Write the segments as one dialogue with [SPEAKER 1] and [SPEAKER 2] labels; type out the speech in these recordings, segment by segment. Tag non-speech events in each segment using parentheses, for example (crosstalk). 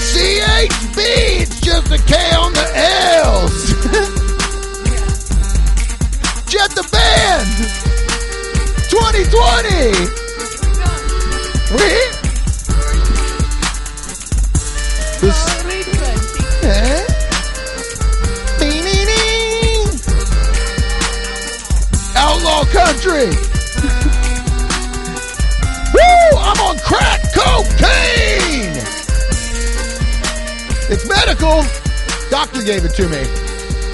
[SPEAKER 1] Mike B, it's just a K on the L's. Jet the band. 2020. We're here. This- Eh? Ding-ding-ding. Outlaw country. (laughs) Woo! I'm on crack cocaine. It's medical. Doctor gave it to me.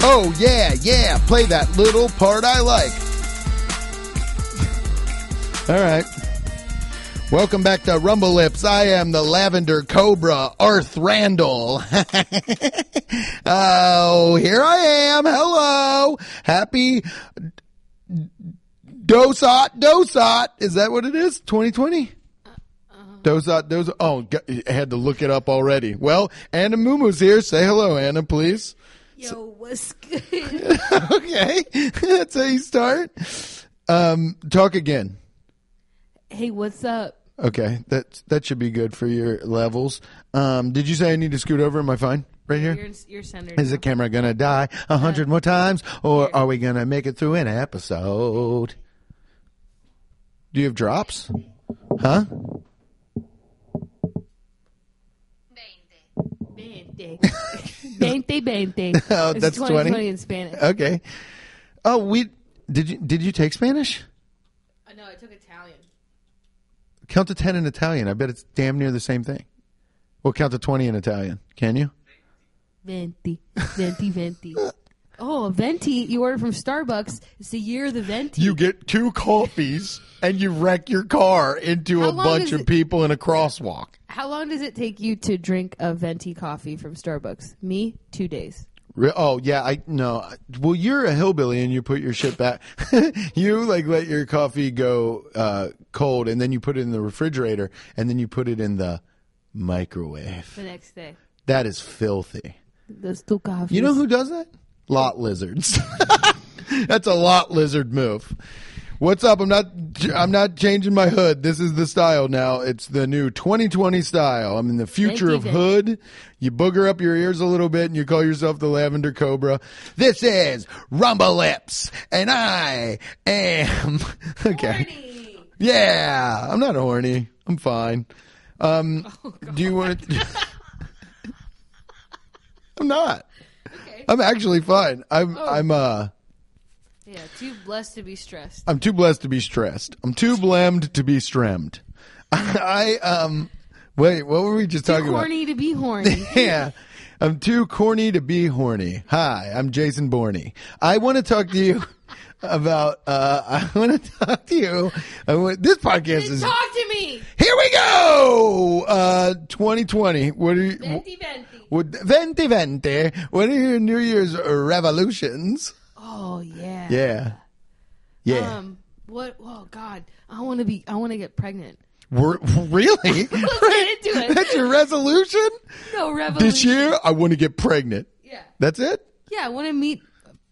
[SPEAKER 1] Oh yeah, yeah. Play that little part I like. (laughs) All right. Welcome back to Rumble Lips. I am the Lavender Cobra, Arth Randall. (laughs) oh, here I am. Hello. Happy Dosot, Dosot. Is that what it is? 2020? Dosot, Dosot. Oh, g- I had to look it up already. Well, Anna Mumu's here. Say hello, Anna, please. (laughs)
[SPEAKER 2] Yo, what's good?
[SPEAKER 1] okay. (laughs) That's how you start. Um, talk again.
[SPEAKER 2] hey, what's up?
[SPEAKER 1] Okay, that that should be good for your levels. Um, did you say I need to scoot over? Am I fine right here?
[SPEAKER 2] You're, you're centered.
[SPEAKER 1] Is the camera gonna die a hundred more times, or are we gonna make it through an episode? Do you have drops? Huh?
[SPEAKER 2] Bente. Bente, bente.
[SPEAKER 1] (laughs) Oh,
[SPEAKER 2] It's
[SPEAKER 1] that's Uh, 20?
[SPEAKER 2] 20 in Spanish.
[SPEAKER 1] Okay. Oh, we did you did you take Spanish?
[SPEAKER 2] Uh, no, I took Italian.
[SPEAKER 1] Count to ten in Italian. I bet it's damn near the same thing. Well, count to twenty in Italian. Can you?
[SPEAKER 2] Venti. Venti, venti. Oh, venti. You order from Starbucks. It's the year of the venti.
[SPEAKER 1] You get two coffees and you wreck your car into
[SPEAKER 2] How
[SPEAKER 1] a
[SPEAKER 2] long
[SPEAKER 1] bunch
[SPEAKER 2] is
[SPEAKER 1] of
[SPEAKER 2] it-
[SPEAKER 1] people in a crosswalk.
[SPEAKER 2] How long does it take you to drink a venti coffee from Starbucks? Me, two days.
[SPEAKER 1] Re- Oh yeah, I no. Well, you're a hillbilly and you put your shit back. (laughs) you like let your coffee go uh, cold and then you put it in the refrigerator and then you put it in the microwave.
[SPEAKER 2] The next day.
[SPEAKER 1] That is filthy.
[SPEAKER 2] Those two coffees.
[SPEAKER 1] You know who does that? Lot lizards. (laughs) That's a lot lizard move. What's up? I'm not. I'm not changing my hood. This is the style now. It's the new 2020 style. I'm in the future of
[SPEAKER 2] Thank you,
[SPEAKER 1] hood. You booger up your ears a little bit and you call yourself the lavender cobra. This is Rumble Lips, and I am (laughs) okay. Yeah, I'm not horny. I'm fine. Um,
[SPEAKER 2] Oh,
[SPEAKER 1] do you
[SPEAKER 2] (laughs)
[SPEAKER 1] want to? I'm not.
[SPEAKER 2] Okay. Oh.
[SPEAKER 1] I'm actually fine. I'm I'm uh
[SPEAKER 2] Yeah, too blessed to be stressed.
[SPEAKER 1] I'm too blessed to be stressed. I'm too blemmed to be stremmed. (laughs) I um wait, what were we just talking about?
[SPEAKER 2] Horny to be horny.
[SPEAKER 1] (laughs) yeah. I'm too corny to be horny. Hi, I'm Jason Borney. I want to talk to you (laughs) about uh (laughs) I want to talk to you. I want, this podcast is
[SPEAKER 2] Talk to me.
[SPEAKER 1] Here we go. Uh 2020. What are you
[SPEAKER 2] Venti, venti.
[SPEAKER 1] what, 2020. What are your New Year's revolutions?
[SPEAKER 2] Oh yeah.
[SPEAKER 1] Yeah. Yeah.
[SPEAKER 2] Um. What? Oh God. I want to be. I want to get pregnant.
[SPEAKER 1] We're, (laughs) really?
[SPEAKER 2] (laughs) Let's get into
[SPEAKER 1] (laughs)
[SPEAKER 2] it.
[SPEAKER 1] That's your resolution?
[SPEAKER 2] No revolution.
[SPEAKER 1] This year, I want to get pregnant.
[SPEAKER 2] Yeah.
[SPEAKER 1] That's it?
[SPEAKER 2] Yeah. I want to meet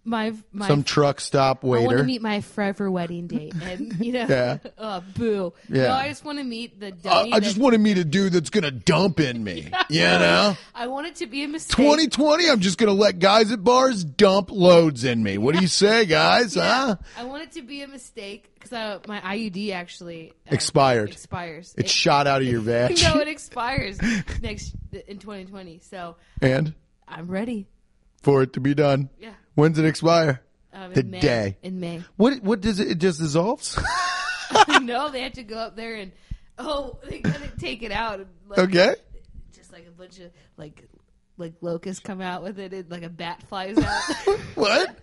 [SPEAKER 2] my my.
[SPEAKER 1] Some truck stop
[SPEAKER 2] I want to
[SPEAKER 1] waiter.
[SPEAKER 2] meet my forever wedding
[SPEAKER 1] (laughs)
[SPEAKER 2] date, and you know,
[SPEAKER 1] Yeah.
[SPEAKER 2] (laughs) oh, boo.
[SPEAKER 1] Yeah.
[SPEAKER 2] No, I just want to meet the
[SPEAKER 1] I,
[SPEAKER 2] dummy.
[SPEAKER 1] I just
[SPEAKER 2] that-
[SPEAKER 1] want to meet a dude that's going to dump in
[SPEAKER 2] (laughs)
[SPEAKER 1] me. You know?
[SPEAKER 2] I want it to be a mistake.
[SPEAKER 1] 2020, I'm just going to let guys at bars dump loads in me. What do you say,
[SPEAKER 2] (laughs)
[SPEAKER 1] guys? Huh?
[SPEAKER 2] I want it to be a mistake because my IUD actually uh,
[SPEAKER 1] Expired.
[SPEAKER 2] Expires.
[SPEAKER 1] It's shot out of your vag.
[SPEAKER 2] (laughs) no, it expires next in 2020. So
[SPEAKER 1] (laughs) And
[SPEAKER 2] I'm ready.
[SPEAKER 1] for it to be done,
[SPEAKER 2] Yeah.
[SPEAKER 1] when's it expire?
[SPEAKER 2] Um, in
[SPEAKER 1] The
[SPEAKER 2] May,
[SPEAKER 1] day.
[SPEAKER 2] in May. (laughs)
[SPEAKER 1] What, what does it, it just dissolves?
[SPEAKER 2] no, they have to go up there and oh, they gotta take it out. And,
[SPEAKER 1] (laughs)
[SPEAKER 2] like,
[SPEAKER 1] okay.
[SPEAKER 2] just like a bunch of like like locusts come out with it, and like a bat flies out. (laughs)
[SPEAKER 1] What?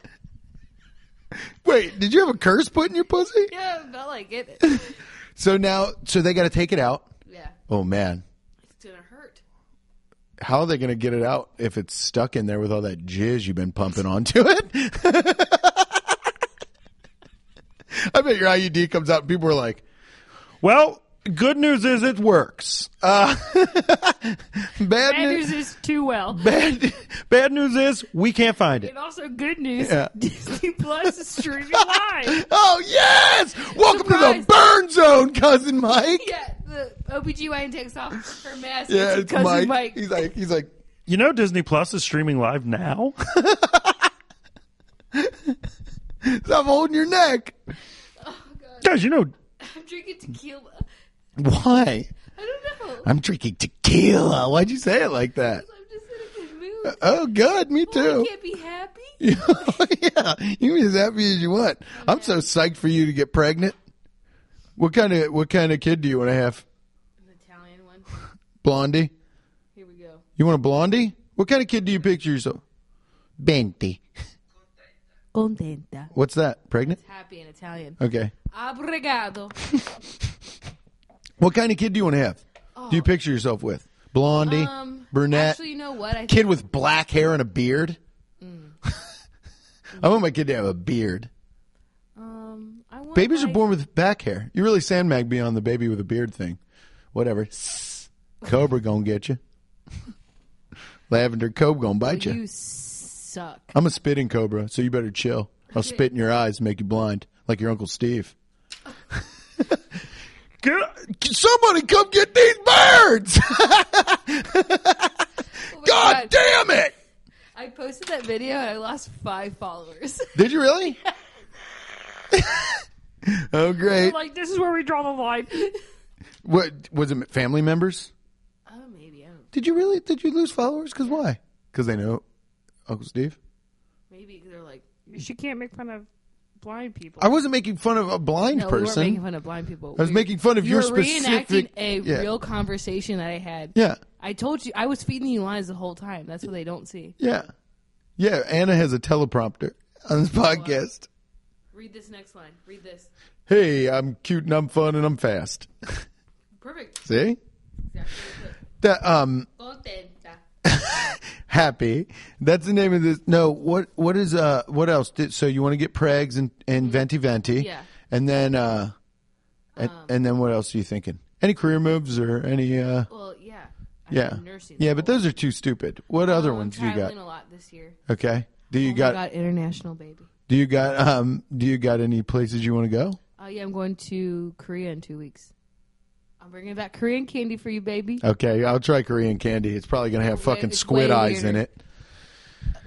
[SPEAKER 1] Wait, did you have a curse put in your pussy?
[SPEAKER 2] yeah, not like it.
[SPEAKER 1] So now, so they got to take it out.
[SPEAKER 2] Yeah,
[SPEAKER 1] Oh man,
[SPEAKER 2] it's gonna hurt.
[SPEAKER 1] how are they going to get it out if it's stuck in there with all that jizz you've been pumping onto it? (laughs) I bet your IUD comes out and people are like, "Well, good news is it works. Uh, (laughs) bad
[SPEAKER 2] Anders
[SPEAKER 1] news,
[SPEAKER 2] is too well.
[SPEAKER 1] bad, bad news is we can't find it."
[SPEAKER 2] And also, good news:
[SPEAKER 1] Yeah.
[SPEAKER 2] Disney Plus is streaming live.
[SPEAKER 1] Oh yes! Welcome to the
[SPEAKER 2] Surprise.
[SPEAKER 1] burn zone, cousin Mike.
[SPEAKER 2] Yeah, the OBGYN takes off her mask.
[SPEAKER 1] Yeah,
[SPEAKER 2] it's
[SPEAKER 1] it's Mike.
[SPEAKER 2] cousin Mike.
[SPEAKER 1] He's like, he's like,
[SPEAKER 3] You know, Disney Plus is streaming live now. (laughs)
[SPEAKER 1] Stop holding your neck.
[SPEAKER 3] Guys, you know,
[SPEAKER 2] I'm drinking tequila.
[SPEAKER 1] Why?
[SPEAKER 2] I don't know.
[SPEAKER 1] I'm drinking tequila. Why'd you say it like that?
[SPEAKER 2] I'm just in a good mood.
[SPEAKER 1] Oh, good. Me
[SPEAKER 2] I
[SPEAKER 1] too.
[SPEAKER 2] can't be happy.
[SPEAKER 1] (laughs) yeah, you can be as happy as you want. I'm so psyched for you to get pregnant. What kind of what kind of kid do you want to have?
[SPEAKER 2] An Italian one.
[SPEAKER 1] Blondie.
[SPEAKER 2] Here we go.
[SPEAKER 1] You want a blondie? What kind of kid do you picture yourself? Benti.
[SPEAKER 2] Contenta.
[SPEAKER 1] What's that? Pregnant?
[SPEAKER 2] It's happy in Italian.
[SPEAKER 1] Okay.
[SPEAKER 2] Abregado.
[SPEAKER 1] What kind of kid do you want to have? Do you picture yourself with? Blondie,
[SPEAKER 2] Oh. Um,
[SPEAKER 1] brunette,
[SPEAKER 2] Actually, you know what? I think
[SPEAKER 1] kid with black hair and a beard.
[SPEAKER 2] Mm.
[SPEAKER 1] (laughs) I want my kid to have a beard.
[SPEAKER 2] um, I want
[SPEAKER 1] Babies
[SPEAKER 2] my-
[SPEAKER 1] are born with back hair. You really sandbag me on the baby with a beard thing. Whatever. (laughs) Cobra gonna get you. (laughs) Lavender cobra gonna bite you.
[SPEAKER 2] You suck.
[SPEAKER 1] I'm a spitting cobra, so you better chill. I'll spit in your eyes, and make you blind, like your uncle Steve.
[SPEAKER 3] get,
[SPEAKER 1] Somebody come get these birds!
[SPEAKER 2] Oh my
[SPEAKER 1] God damn it!
[SPEAKER 2] I posted that video and I lost
[SPEAKER 1] (laughs)
[SPEAKER 2] five followers.
[SPEAKER 1] Did you really? oh great!
[SPEAKER 3] like, this is where we draw the line.
[SPEAKER 1] What was it? Family members?
[SPEAKER 2] oh, maybe. I don't.
[SPEAKER 1] Did you really? Did you lose followers? Because why? Because they know Uncle Steve.
[SPEAKER 2] Maybe they're like.
[SPEAKER 4] She can't make fun of blind people.
[SPEAKER 1] I wasn't making fun of a blind
[SPEAKER 2] No, we weren't
[SPEAKER 1] person.
[SPEAKER 2] making fun of blind people.
[SPEAKER 1] I was making fun of
[SPEAKER 2] you
[SPEAKER 1] your
[SPEAKER 2] were
[SPEAKER 1] specific.
[SPEAKER 2] reenacting a
[SPEAKER 1] yeah.
[SPEAKER 2] real conversation that I had.
[SPEAKER 1] Yeah,
[SPEAKER 2] I told you I was feeding you lies the whole time. That's what they don't see.
[SPEAKER 1] yeah, yeah. Anna has a teleprompter on this podcast.
[SPEAKER 2] Read this next line. Read this.
[SPEAKER 1] Hey, I'm cute and I'm fun and I'm fast.
[SPEAKER 2] Perfect.
[SPEAKER 1] See
[SPEAKER 2] Exactly.
[SPEAKER 1] that? Um,
[SPEAKER 2] Contenta.
[SPEAKER 1] happy. That's the name of this. No, what? What is? Uh, what else? Did, so you want to get pregs and and venti venti?
[SPEAKER 2] Mm-hmm. Yeah. Um.
[SPEAKER 1] And then, uh, and, and then what else are you thinking? Any career moves or any? uh
[SPEAKER 2] Well, yeah. I've
[SPEAKER 1] Yeah.
[SPEAKER 2] been nursing.
[SPEAKER 1] Yeah, but those are too stupid. What other
[SPEAKER 2] I'm
[SPEAKER 1] ones do you
[SPEAKER 2] traveling
[SPEAKER 1] got?
[SPEAKER 2] a lot this year.
[SPEAKER 1] Okay. Do you
[SPEAKER 2] Oh my
[SPEAKER 1] got
[SPEAKER 2] God, international baby.
[SPEAKER 1] do you got um do you got any places you want to go?
[SPEAKER 2] Oh yeah, I'm going to Korea in two weeks. I'm bringing back Korean candy for you, baby.
[SPEAKER 1] Okay, I'll try Korean candy. It's probably going to have fucking
[SPEAKER 2] it's
[SPEAKER 1] squid
[SPEAKER 2] way
[SPEAKER 1] eyes in
[SPEAKER 2] weirder.
[SPEAKER 1] it.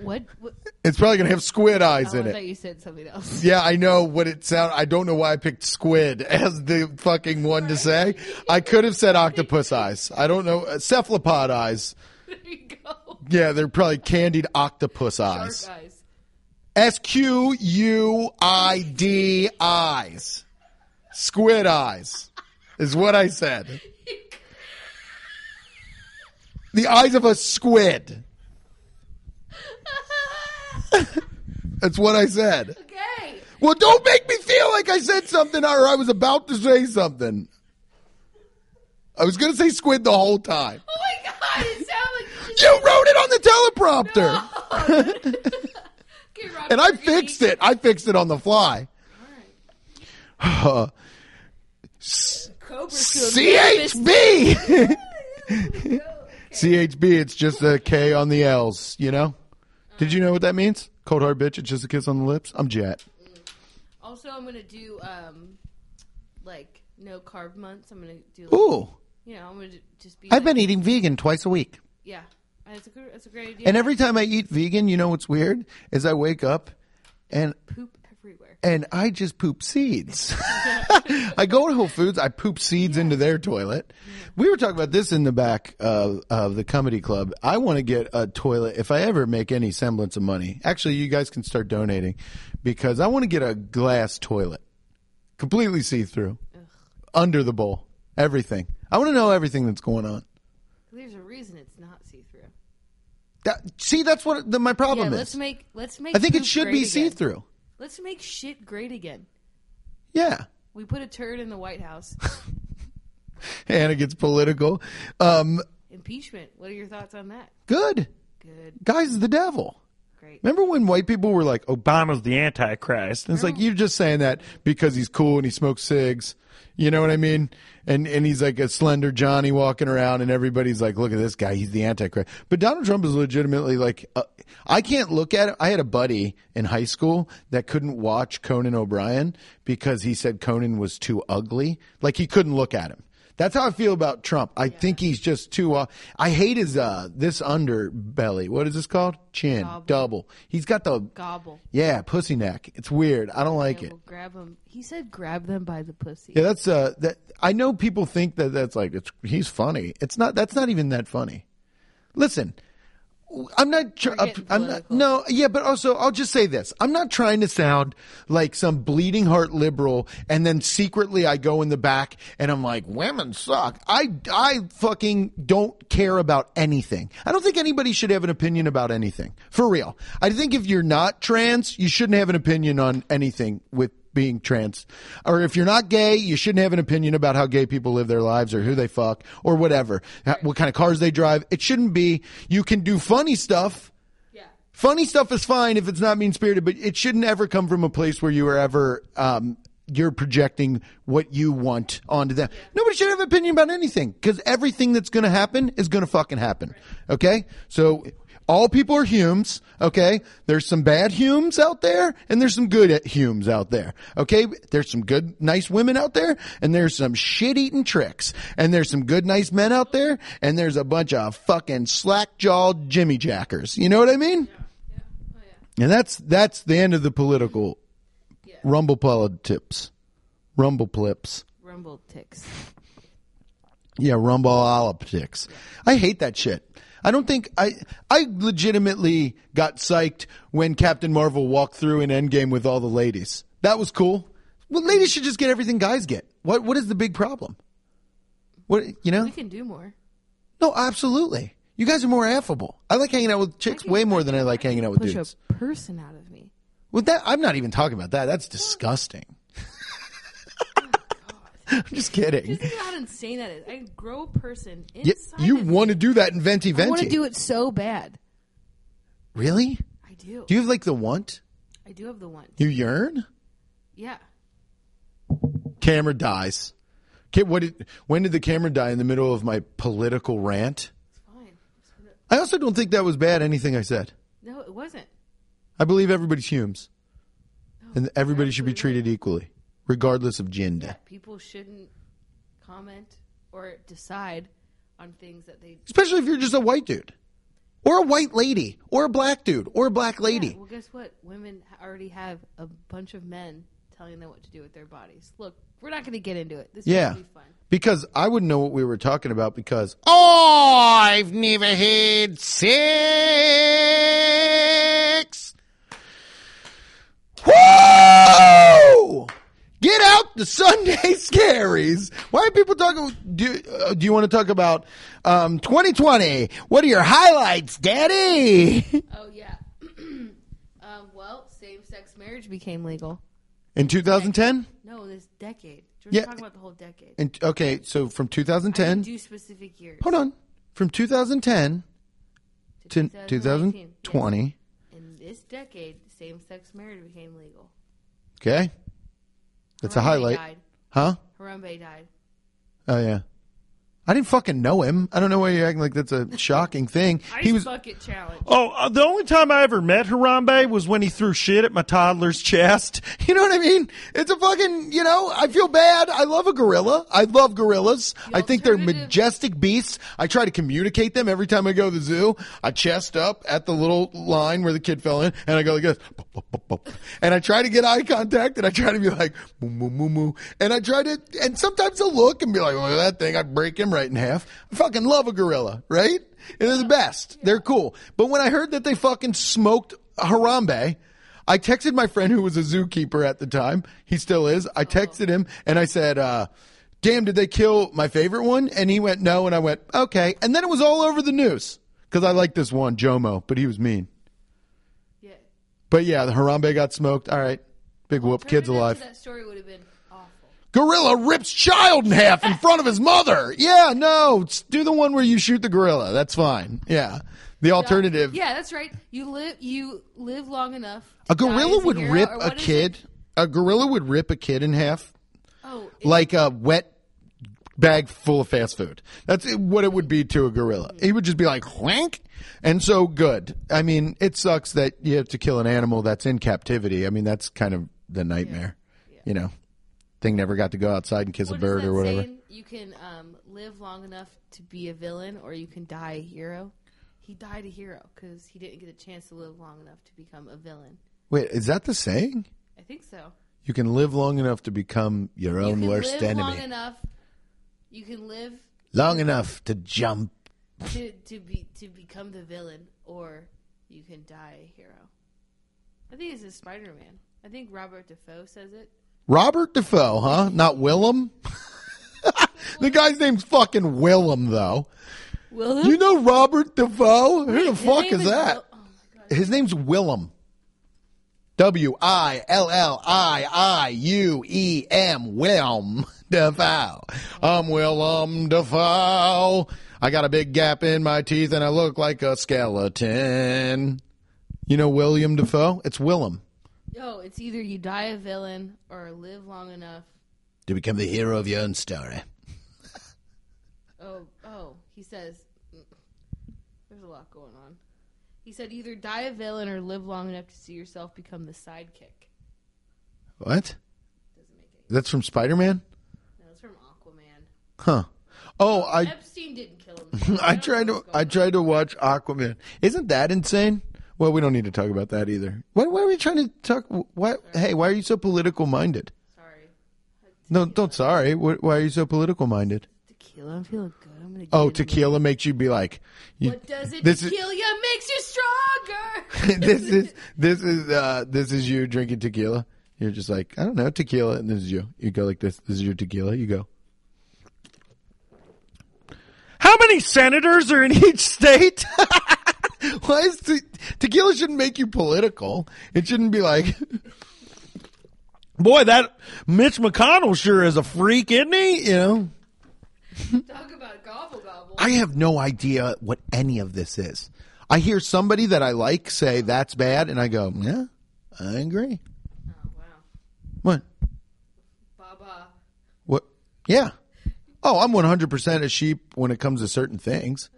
[SPEAKER 2] What? what?
[SPEAKER 1] It's probably going to have squid eyes
[SPEAKER 2] Oh,
[SPEAKER 1] in
[SPEAKER 2] I
[SPEAKER 1] it.
[SPEAKER 2] thought you said something else. (laughs)
[SPEAKER 1] Yeah, I know what it sound. I don't know why I picked squid (laughs) as the fucking one to say. I could have said octopus eyes. I don't know uh, cephalopod eyes.
[SPEAKER 2] there you go.
[SPEAKER 1] Yeah, they're probably candied octopus
[SPEAKER 2] Dark
[SPEAKER 1] eyes.
[SPEAKER 2] eyes.
[SPEAKER 1] S Q U I D eyes. Squid eyes is what I said. The eyes of a squid. That's what I said.
[SPEAKER 2] Okay.
[SPEAKER 1] Well, don't make me feel like I said something or I was about to say something. I was going to say squid the whole time.
[SPEAKER 2] Oh my god, it sounded like you
[SPEAKER 1] You wrote it on the teleprompter.
[SPEAKER 2] just okay, Rob,
[SPEAKER 1] And I
[SPEAKER 2] you're
[SPEAKER 1] fixed
[SPEAKER 2] eating.
[SPEAKER 1] it. I fixed it on the fly.
[SPEAKER 2] Cobra's
[SPEAKER 1] CHB. (laughs) CHB, it's just a K on the L's, you know? Did you know what that means? Cold hard bitch, it's just a kiss on the lips. I'm Jet.
[SPEAKER 2] Also, I'm gonna do um, like no carb months. I'm gonna do. Like,
[SPEAKER 1] Ooh,
[SPEAKER 2] You know, I'm gonna just be.
[SPEAKER 1] I've
[SPEAKER 2] like-
[SPEAKER 1] been eating vegan twice a week.
[SPEAKER 2] Yeah, that's a good. That's a great idea.
[SPEAKER 1] And every time I eat vegan, you know what's weird? Is I wake up and
[SPEAKER 2] poop everywhere.
[SPEAKER 1] and I just poop seeds. (laughs) I go to Whole Foods, I poop seeds into their toilet. We were talking about this in the back of, of the comedy club. I want to get a toilet if I ever make any semblance of money. Actually, you guys can start donating because I want to get a glass toilet, completely see through, under the bowl, everything. I want to know everything that's going on.
[SPEAKER 2] There's a reason it's not see through.
[SPEAKER 1] That, see, that's what the, my
[SPEAKER 2] Yeah,
[SPEAKER 1] problem
[SPEAKER 2] let's
[SPEAKER 1] is.
[SPEAKER 2] make let's make.
[SPEAKER 1] I think it
[SPEAKER 2] poop
[SPEAKER 1] should
[SPEAKER 2] great
[SPEAKER 1] be
[SPEAKER 2] again.
[SPEAKER 1] see through.
[SPEAKER 2] Let's make shit great again.
[SPEAKER 1] Yeah.
[SPEAKER 2] We put a turd in the White
[SPEAKER 1] (laughs)
[SPEAKER 2] House.
[SPEAKER 1] Hannah gets political. Um,
[SPEAKER 2] Impeachment. What are your thoughts on that?
[SPEAKER 1] good.
[SPEAKER 2] Good.
[SPEAKER 1] Guy's the devil.
[SPEAKER 2] Great.
[SPEAKER 1] Remember when white people were like,
[SPEAKER 3] Obama's the Antichrist.
[SPEAKER 1] and it's like you're just saying that because he's cool and he smokes cigs. You know what I mean? And and he's like a slender Johnny walking around, and everybody's like, "Look at this guy, he's the antichrist." But Donald Trump is legitimately like, uh, I can't look at it. I had a buddy in high school that couldn't watch Conan O'Brien because he said Conan was too ugly. Like he couldn't look at him. That's how I feel about Trump. I think he's just too. Uh, I hate his uh, this underbelly. What is this called? Chin
[SPEAKER 2] Gobble.
[SPEAKER 1] double. He's got the
[SPEAKER 2] Gobble.
[SPEAKER 1] yeah pussy neck. It's weird. I don't like
[SPEAKER 2] Yeah,
[SPEAKER 1] it.
[SPEAKER 2] we'll grab them. He said, "Grab them by the pussy."
[SPEAKER 1] Yeah, that's uh that I know people think that that's like it's he's funny. It's not that's not even that funny. Listen, I'm not tr- I'm
[SPEAKER 2] getting
[SPEAKER 1] not
[SPEAKER 2] political.
[SPEAKER 1] no, yeah, but also I'll just say this. I'm not trying to sound like some bleeding heart liberal and then secretly I go in the back and I'm like women suck. I I fucking don't care about anything. I don't think anybody should have an opinion about anything. For real. I think if you're not trans, you shouldn't have an opinion on anything with being trans. Or if you're not gay, you shouldn't have an opinion about how gay people live their lives or who they fuck or whatever, ha- what kind of cars they drive. It shouldn't be. You can do funny stuff. Funny stuff is fine if it's not mean spirited, but it shouldn't ever come from a place where you are ever, um, you're projecting what you want onto them. Nobody should have an opinion about anything because everything that's going to happen is going to fucking happen. Okay. So all people are Humes. Okay. There's some bad Humes out there and there's some good uh, Humes out there. Okay. There's some good, nice women out there and there's some shit eating tricks and there's some good, nice men out there and there's a bunch of fucking slack jawed Jimmy Jackers. You know what I mean? And that's that's the end of the political rumble politics. Rumble plips.
[SPEAKER 2] Rumble
[SPEAKER 1] (laughs)
[SPEAKER 2] ticks.
[SPEAKER 1] Yeah, rumble politics. I hate that shit. I don't think I I legitimately got psyched when Captain Marvel walked through in Endgame with all the ladies. That was cool. Well, ladies should just get everything guys get. What what is the big problem? What you know?
[SPEAKER 2] We can do more.
[SPEAKER 1] No, absolutely. You guys are more affable. I like hanging out with chicks way more than I like hanging out with
[SPEAKER 2] Push
[SPEAKER 1] dudes.
[SPEAKER 2] a person out of me.
[SPEAKER 1] With that, I'm not even talking about that. That's disgusting.
[SPEAKER 2] (laughs)
[SPEAKER 1] (laughs) I'm just kidding.
[SPEAKER 2] Just think about how insane that is. I can grow a person
[SPEAKER 1] Y-
[SPEAKER 2] inside.
[SPEAKER 1] You
[SPEAKER 2] of
[SPEAKER 1] want to do that in Venti
[SPEAKER 2] me. I want
[SPEAKER 1] Venti?
[SPEAKER 2] to do it so bad.
[SPEAKER 1] really?
[SPEAKER 2] I do.
[SPEAKER 1] Do you have like the want?
[SPEAKER 2] I do have the one.
[SPEAKER 1] You yearn?
[SPEAKER 2] Yeah.
[SPEAKER 1] Camera dies. Okay, what did, when did the camera die in the middle of my political rant?
[SPEAKER 2] It's fine. It's gonna-
[SPEAKER 1] I also don't think that was bad, anything I said.
[SPEAKER 2] No, it wasn't.
[SPEAKER 1] I believe everybody's Humes. And everybody should be
[SPEAKER 2] absolutely.
[SPEAKER 1] treated equally, regardless of gender.
[SPEAKER 2] People shouldn't comment or decide on things that they.
[SPEAKER 1] Especially if you're just a white dude. Or a white lady. Or a black dude. Or a black lady.
[SPEAKER 2] Yeah, well, guess what? Women ha- already have a bunch of men telling them what to do with their bodies. Look, we're not going to get into it. This
[SPEAKER 1] Yeah.
[SPEAKER 2] is gonna be fun.
[SPEAKER 1] Because I wouldn't know what we were talking about because oh, I've never had sex. Woo! Get out the Sunday (laughs) scaries. Why are people talking? Do, uh, do you want to talk about um, 2020? What are your highlights, Daddy? (laughs)
[SPEAKER 2] Oh yeah. (clears throat) um, well, same-sex marriage became legal.
[SPEAKER 1] In 2010?
[SPEAKER 2] No, this decade. We're
[SPEAKER 1] Yeah.
[SPEAKER 2] talking about the whole decade.
[SPEAKER 1] And okay, so from
[SPEAKER 2] I didn't
[SPEAKER 1] 2010.
[SPEAKER 2] do specific years.
[SPEAKER 1] Hold on. From 2010 to
[SPEAKER 2] 2019.
[SPEAKER 1] 2020.
[SPEAKER 2] Yeah. In this decade, same-sex marriage became legal.
[SPEAKER 1] Okay. That's a
[SPEAKER 2] Harambe
[SPEAKER 1] highlight.
[SPEAKER 2] Died.
[SPEAKER 1] Huh?
[SPEAKER 2] Harambe died.
[SPEAKER 1] Oh yeah. I didn't fucking know him. I don't know why you're acting like that's a shocking thing.
[SPEAKER 4] Ice
[SPEAKER 1] He was
[SPEAKER 4] bucket challenge.
[SPEAKER 3] Oh, uh, the only time I ever met Harambe was when he threw shit at my toddler's chest.
[SPEAKER 1] (laughs) you know what I mean? It's a fucking, you know, I feel bad. I love a gorilla. I love gorillas. I think they're
[SPEAKER 2] alternative-
[SPEAKER 1] majestic beasts. I try to communicate them every time I go to the zoo. I chest up at the little line where the kid fell in and I go like this. Bop, bop, bop, bop. And I try to get eye contact and I try to be like, moo, moo, moo, moo. And I try to, and sometimes I'll look and be like, look at that thing. I'd break him right in half. I fucking love a gorilla, right? And they're the best. They're cool. But when I heard that they fucking smoked Harambe, I texted my friend who was a zookeeper at the time. He still is.
[SPEAKER 2] Oh.
[SPEAKER 1] I texted him and I said, uh, damn, did they kill my favorite one? And he went, no. And I went, okay. And then it was all over the news because I like this one, Jomo, but he was mean.
[SPEAKER 2] Yeah.
[SPEAKER 1] But yeah, the Harambe got smoked. All right. Big whoop. Kids
[SPEAKER 2] Alternative to
[SPEAKER 1] alive.
[SPEAKER 2] That story would have been awful.
[SPEAKER 1] Gorilla rips child in half in front of his mother. Yeah, no. s- Do the one where you shoot the gorilla. That's fine. Yeah. The alternative.
[SPEAKER 2] Yeah, that's right. You live you live long enough. to
[SPEAKER 1] A
[SPEAKER 2] die
[SPEAKER 1] gorilla
[SPEAKER 2] as
[SPEAKER 1] would
[SPEAKER 2] hero,
[SPEAKER 1] rip
[SPEAKER 2] or
[SPEAKER 1] a
[SPEAKER 2] what is it?
[SPEAKER 1] kid. A gorilla would rip a kid in half
[SPEAKER 2] Oh, it-
[SPEAKER 1] like a wet bag full of fast food. That's it- what it would be to a gorilla. He would just be like whank, and so good. I mean, it sucks that you have to kill an animal that's in captivity. I mean, that's kind of the nightmare. You know, thing never got to go outside and kiss a
[SPEAKER 2] What is
[SPEAKER 1] bird
[SPEAKER 2] that
[SPEAKER 1] or whatever.
[SPEAKER 2] saying? You can um, live long enough to be a villain, or you can die a hero. He died a hero because he didn't get a chance to live long enough to become a villain.
[SPEAKER 1] Wait, is that the saying?
[SPEAKER 2] I think so.
[SPEAKER 1] You can live long enough to become your
[SPEAKER 2] You
[SPEAKER 1] own
[SPEAKER 2] can
[SPEAKER 1] worst
[SPEAKER 2] live
[SPEAKER 1] enemy.
[SPEAKER 2] long enough. You can live
[SPEAKER 1] long enough to jump.
[SPEAKER 2] to, to be to become the villain, or you can die a hero. I think it's a Spider-Man. I think Robert Defoe says it.
[SPEAKER 1] Robert Defoe, huh? Not Willem? (laughs) the guy's name's fucking Willem, though.
[SPEAKER 2] Will
[SPEAKER 1] You know Robert Defoe? Who the
[SPEAKER 2] His
[SPEAKER 1] fuck
[SPEAKER 2] name
[SPEAKER 1] is that?
[SPEAKER 2] Will- oh my god!
[SPEAKER 1] His name's Willem. W I L L I I U E M. Willem Defoe. I'm Willem Defoe. I got a big gap in my teeth and I look like a skeleton. You know William Defoe? It's Willem.
[SPEAKER 2] No, Oh, it's either you die a villain or live long enough.
[SPEAKER 1] To become the hero of your own story.
[SPEAKER 2] Oh, oh, he says. mm, There's a lot going on. He said either die a villain or live long enough to see yourself become the sidekick.
[SPEAKER 1] What?
[SPEAKER 2] Doesn't make any.
[SPEAKER 1] That's from Spider Man?
[SPEAKER 2] No, it's from Aquaman.
[SPEAKER 1] Huh. Oh, I
[SPEAKER 2] Epstein didn't kill him.
[SPEAKER 1] (laughs) I tried to I tried to watch Aquaman. Isn't that insane? Well, we don't need to talk about that either. Why, why are we trying to talk? Why, hey, why are you so political minded?
[SPEAKER 2] Sorry.
[SPEAKER 1] No, don't. Sorry. Why why are you so political minded?
[SPEAKER 2] Tequila. I'm feeling good. I'm gonna.
[SPEAKER 1] Oh,
[SPEAKER 2] get in
[SPEAKER 1] tequila makes you be like.
[SPEAKER 2] there.
[SPEAKER 1] You,
[SPEAKER 2] What does it
[SPEAKER 1] This is-
[SPEAKER 2] tequila makes you (laughs)
[SPEAKER 1] (laughs)
[SPEAKER 2] stronger?
[SPEAKER 1] this is this is uh, this is you drinking tequila. You're just like I don't know tequila, and this is you. You go like this. This is your tequila. You go.
[SPEAKER 3] How many senators are in each state?
[SPEAKER 1] (laughs) Why is te- tequila shouldn't make you political? It shouldn't be like
[SPEAKER 3] Boy, that Mitch McConnell sure is a freak, isn't he?
[SPEAKER 1] you know.
[SPEAKER 2] Talk about gobble gobble.
[SPEAKER 1] I have no idea what any of this is. I hear somebody that I like say that's bad, and I go, yeah, I agree.
[SPEAKER 2] Oh wow,
[SPEAKER 1] What?
[SPEAKER 2] Baba.
[SPEAKER 1] What? Yeah. Oh, I'm 100% a sheep when it comes to certain things.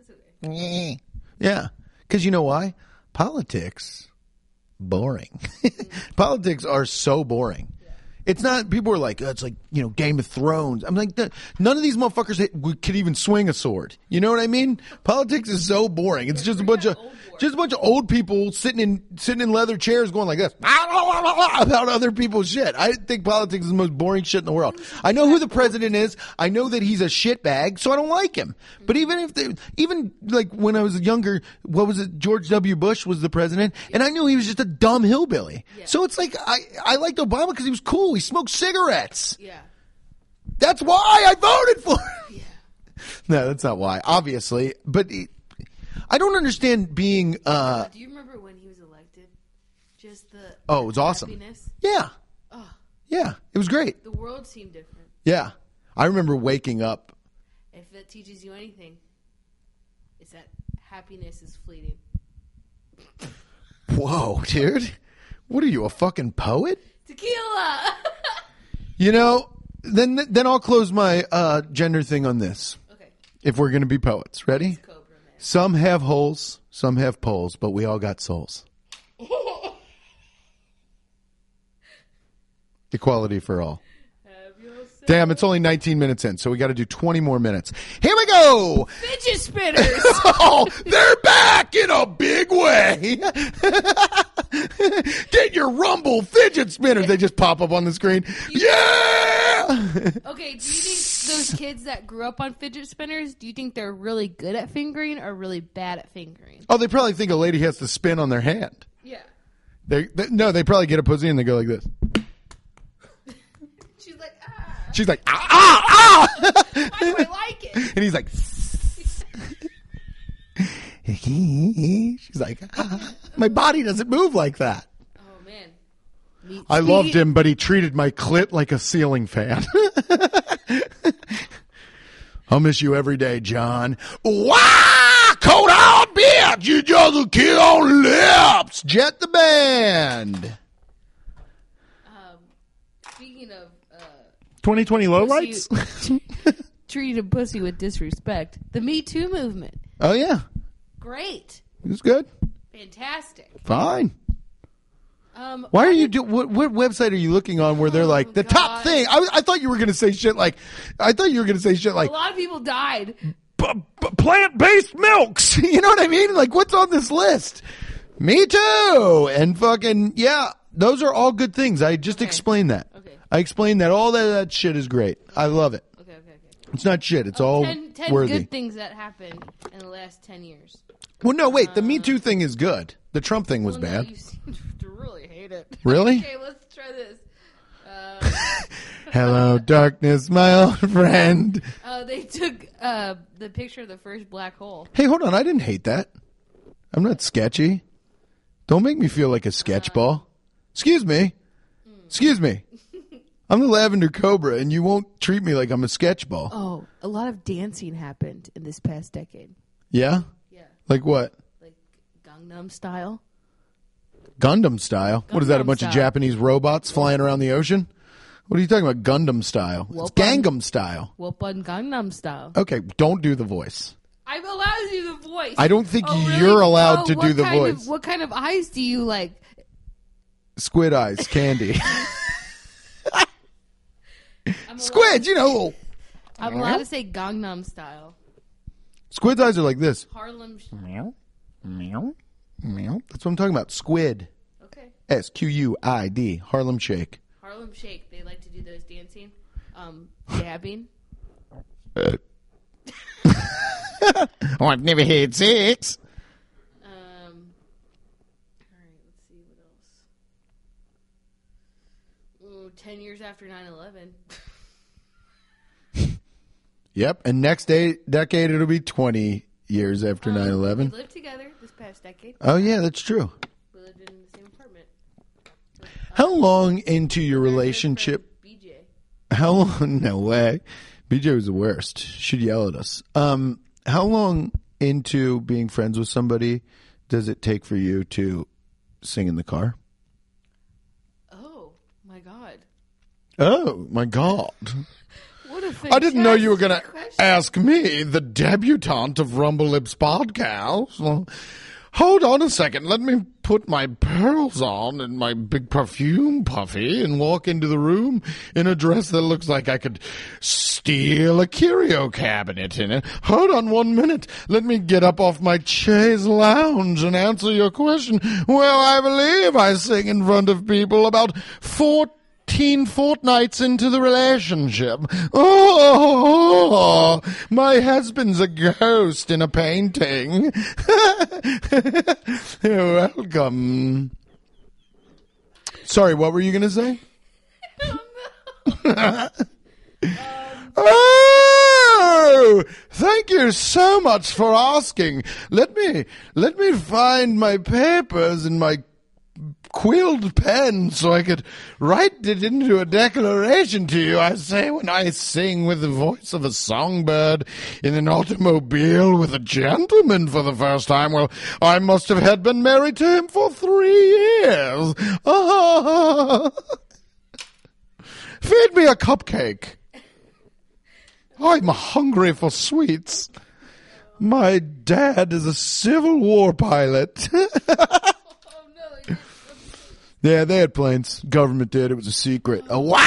[SPEAKER 2] That's okay.
[SPEAKER 1] Yeah. Because you know why? Politics, boring. (laughs) Politics are so boring. It's not, people are like, oh, it's like, you know, Game of Thrones. I'm like, "Duh, none of these motherfuckers hit- would- could even swing a sword. You know what I mean? Politics is so boring. It's just a bunch of,
[SPEAKER 2] old war.
[SPEAKER 1] just a bunch of old people sitting in, sitting in leather chairs going like this (laughs) about other people's shit. I think politics is the most boring shit in the world. I know who the president is. I know that he's a shitbag, so I don't like him. But even if they, even like when I was younger, what was it? George W. Bush was the president, and I knew he was just a dumb hillbilly. So it's like I I liked Obama because he was cool. He smoked cigarettes.
[SPEAKER 2] Yeah.
[SPEAKER 1] That's why I voted for him. (laughs) No, that's not why, obviously. But it, I don't understand being. uh
[SPEAKER 2] Do you remember when he was elected? Just the
[SPEAKER 1] Oh, it was awesome.
[SPEAKER 2] happiness.
[SPEAKER 1] Yeah. Yeah. It was great.
[SPEAKER 2] The world seemed different.
[SPEAKER 1] Yeah. I remember waking up.
[SPEAKER 2] If that teaches you anything, it's that happiness is fleeting.
[SPEAKER 1] Whoa, dude. What are you, a fucking poet?
[SPEAKER 2] (laughs) Tequila.
[SPEAKER 1] You know, then then I'll close my uh, gender thing on this.
[SPEAKER 2] okay,
[SPEAKER 1] If we're going to be poets, ready?
[SPEAKER 2] Cobra Man.
[SPEAKER 1] Some have holes, some have poles, but we all got souls. Equality for all.
[SPEAKER 2] (laughs) Have yourself.
[SPEAKER 1] Damn, it's only 19 minutes in, so we got to do 20 more minutes. Here we go. (laughs)
[SPEAKER 2] Fidget spinners.
[SPEAKER 1] oh, they're back in a big way. (laughs) Get your Rumble fidget spinners. They just pop up on the screen. Yeah.
[SPEAKER 2] (laughs) okay, do you think those kids that grew up on fidget spinners, do you think they're really good at fingering or really bad at fingering?
[SPEAKER 1] Oh, they probably think a lady has to spin on their hand.
[SPEAKER 2] Yeah.
[SPEAKER 1] They, they no, they probably get a pussy and they go like this.
[SPEAKER 2] She's like, ah,
[SPEAKER 1] She's like ah ah ah, (laughs)
[SPEAKER 2] why do I like it?
[SPEAKER 1] and he's like. (laughs) She's like, ah, my body doesn't move like that.
[SPEAKER 2] (laughs) Oh man. Me-
[SPEAKER 1] I
[SPEAKER 2] Speaking-
[SPEAKER 1] loved him, but he treated my clit like a ceiling fan. (laughs) I'll miss you every day, John. Why, cold hard bitch? You just a kid on lips. Jet the band.
[SPEAKER 2] Speaking of. Uh,
[SPEAKER 3] 2020 lowlights?
[SPEAKER 2] (laughs) treated pussy with disrespect. The Me Too movement.
[SPEAKER 1] Oh yeah,
[SPEAKER 2] Great.
[SPEAKER 1] it was good.
[SPEAKER 2] Fantastic.
[SPEAKER 1] Fine.
[SPEAKER 2] Um,
[SPEAKER 1] Why are you do? What, what website are you looking on where they're like the top
[SPEAKER 2] Oh, God.
[SPEAKER 1] thing? I, I thought you were gonna say shit like, I thought you were gonna say shit like,
[SPEAKER 2] A lot of people died.
[SPEAKER 3] B- b- plant-based
[SPEAKER 1] (laughs)
[SPEAKER 3] milks.
[SPEAKER 1] you know what I mean? Like what's on this list? Me too. And fucking yeah, those are all good things. I just explained that.
[SPEAKER 2] Okay.
[SPEAKER 1] I explained that all that, that shit is great. I love it.
[SPEAKER 2] Okay, okay, okay.
[SPEAKER 1] It's not shit. It's all
[SPEAKER 2] Oh, Ten, ten
[SPEAKER 1] Oh, worthy.
[SPEAKER 2] good things that happened in the last ten years.
[SPEAKER 1] Well, no, wait. The Me Too thing is good. The Trump thing was
[SPEAKER 2] Well,
[SPEAKER 1] bad.
[SPEAKER 2] No, you seem (laughs) to really hate it.
[SPEAKER 1] Really?
[SPEAKER 2] (laughs) okay, let's try this. Uh,
[SPEAKER 1] Hello, darkness, my old (laughs) friend.
[SPEAKER 2] uh, they took uh, the picture of the first black hole.
[SPEAKER 1] Hey, hold on. I didn't hate that. I'm not sketchy. Don't make me feel like a sketchball. Excuse me. Excuse
[SPEAKER 2] (laughs)
[SPEAKER 1] me. I'm the lavender cobra, and you won't treat me like I'm a sketchball.
[SPEAKER 2] Oh, a lot of dancing happened in this past decade.
[SPEAKER 1] Yeah?
[SPEAKER 2] Yeah,
[SPEAKER 1] Like what?
[SPEAKER 2] like Gangnam Style.
[SPEAKER 1] Gundam style. what is that? A
[SPEAKER 2] Gundam
[SPEAKER 1] bunch of
[SPEAKER 2] style.
[SPEAKER 1] Japanese robots flying around the ocean? What are you talking about? Gundam style. It's
[SPEAKER 2] Whoop 'em.
[SPEAKER 1] Gangnam style.
[SPEAKER 2] Whoop on Gangnam Style.
[SPEAKER 1] Okay, don't do the voice.
[SPEAKER 2] I'm allowed to do the voice.
[SPEAKER 1] I don't think
[SPEAKER 2] Oh, really?
[SPEAKER 1] you're allowed
[SPEAKER 2] Oh,
[SPEAKER 1] to
[SPEAKER 2] what
[SPEAKER 1] do the
[SPEAKER 2] kind of-
[SPEAKER 1] voice.
[SPEAKER 2] what kind of eyes do you like?
[SPEAKER 1] Squid eyes,
[SPEAKER 2] (laughs)
[SPEAKER 1] candy.
[SPEAKER 2] I'm
[SPEAKER 1] Squid, you know, little-
[SPEAKER 2] Allowed, I'm allowed to say Gangnam Style.
[SPEAKER 1] squid's eyes are like this.
[SPEAKER 2] Harlem. Sh-
[SPEAKER 3] Meow, meow.
[SPEAKER 1] Meow. That's what I'm talking about. Squid.
[SPEAKER 2] okay.
[SPEAKER 1] S Q U I D. Harlem Shake.
[SPEAKER 2] Harlem Shake. They like to do those dancing, um,
[SPEAKER 1] (laughs)
[SPEAKER 2] dabbing.
[SPEAKER 1] Oh, I've never had sex.
[SPEAKER 2] Um, all right, let's see what else. Ooh, ten years after (laughs) 9-11.
[SPEAKER 1] Yep. And next day, decade, it'll be 20 years after 9
[SPEAKER 2] We
[SPEAKER 1] 11.
[SPEAKER 2] lived together this past decade.
[SPEAKER 1] Oh, yeah, that's true.
[SPEAKER 2] We lived in the same apartment.
[SPEAKER 1] How long into your
[SPEAKER 2] Our good
[SPEAKER 1] relationship?
[SPEAKER 2] friend BJ.
[SPEAKER 1] How long? (laughs) No way. BJ was the worst. Should yell at us. Um, how long into being friends with somebody does it take for you to sing in the car?
[SPEAKER 2] Oh my God.
[SPEAKER 1] Oh, my God.
[SPEAKER 2] What a
[SPEAKER 1] I didn't know you were going to
[SPEAKER 2] fantastic question.
[SPEAKER 1] ask me, the debutante of Rumble Lips Podcast. Well, hold on a second. Let me put my pearls on and my big perfume puffy and walk into the room in a dress that looks like I could steal a curio cabinet in it. Hold on one minute. Let me get up off my chaise lounge and answer your question. Well, I believe I sing in front of people about four. 14 fortnights into the relationship. Oh, my husband's a ghost in a painting. (laughs) You're welcome. Sorry, what were you going to say? (laughs) Oh, thank you so much for asking. Let me let me find my papers and my quilled pen so I could write it into a declaration to you. I say when I sing with the voice of a songbird in an automobile with a gentleman for the first time, well, I must have had been married to him for three years. Ah. (laughs) Feed me a cupcake. I'm hungry for sweets. My dad is a Civil War pilot. (laughs)
[SPEAKER 2] Oh no. they did-
[SPEAKER 1] Yeah, they had planes. Government did. It was a secret. A wow!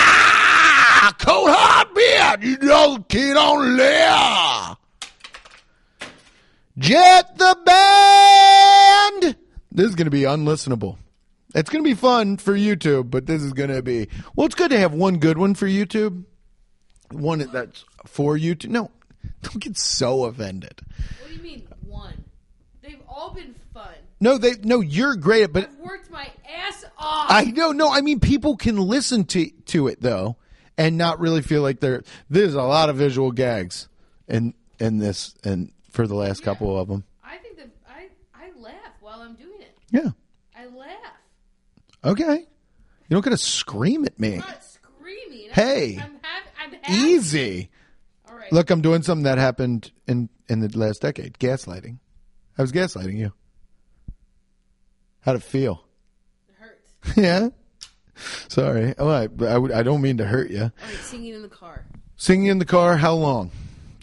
[SPEAKER 1] Cold hard beer! You know, kid on there! Jet the band! This is going to be unlistenable. It's going to be fun for YouTube, but this is going to be. Well, it's good to have one good one for YouTube. One that's for YouTube. No, (laughs) don't get so offended.
[SPEAKER 2] What do you mean one? They've all been fun.
[SPEAKER 1] No, they no, you're great, at- but
[SPEAKER 2] I've worked my ass off.
[SPEAKER 1] I know, no, I mean people can listen to to it though, and not really feel like they're. There's a lot of visual gags, in in this and for the last couple of them.
[SPEAKER 2] I think that I I laugh while I'm doing it.
[SPEAKER 1] Yeah.
[SPEAKER 2] I laugh.
[SPEAKER 1] Okay. You don't gotta scream at me.
[SPEAKER 2] I'm not screaming. I'm-
[SPEAKER 1] Hey.
[SPEAKER 2] I'm happy. I'm happy.
[SPEAKER 1] Easy.
[SPEAKER 2] All right.
[SPEAKER 1] Look, I'm doing something that happened in in the last decade. Gaslighting. I was gaslighting you. How'd it feel? (laughs)
[SPEAKER 2] It hurts.
[SPEAKER 1] yeah. Sorry. Oh, I, I, would- I don't mean to hurt you.
[SPEAKER 2] All right. Singing in the car.
[SPEAKER 1] Singing in the car, how long?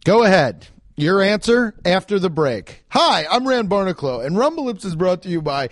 [SPEAKER 1] Go ahead. Your answer after the break. Hi, I'm Rand Barnacle, and Rumble Lips is brought to you by